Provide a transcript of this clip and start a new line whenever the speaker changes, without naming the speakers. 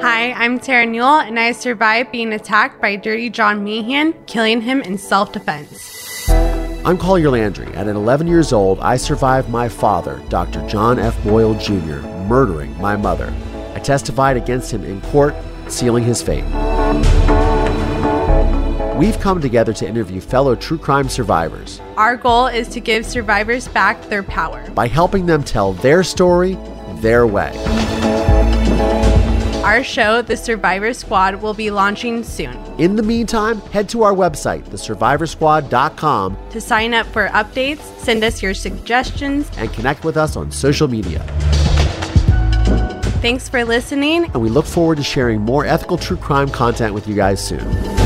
Hi, I'm Tara Newell, and I survived being attacked by Dirty John Meehan, killing him in self defense.
I'm Collier Landry, and at 11 years old, I survived my father, Dr. John F. Boyle Jr., murdering my mother. I testified against him in court, sealing his fate. We've come together to interview fellow true crime survivors
Our goal is to give survivors back their power.
by helping them tell their story their way.
Our show, The Survivor Squad, will be launching soon.
In the meantime, head to our website, thesurvivorsquad.com,
To sign up for updates, send us your suggestions.
and connect with us on social media.
Thanks for listening.
And we look forward to sharing more ethical true crime content with you guys soon.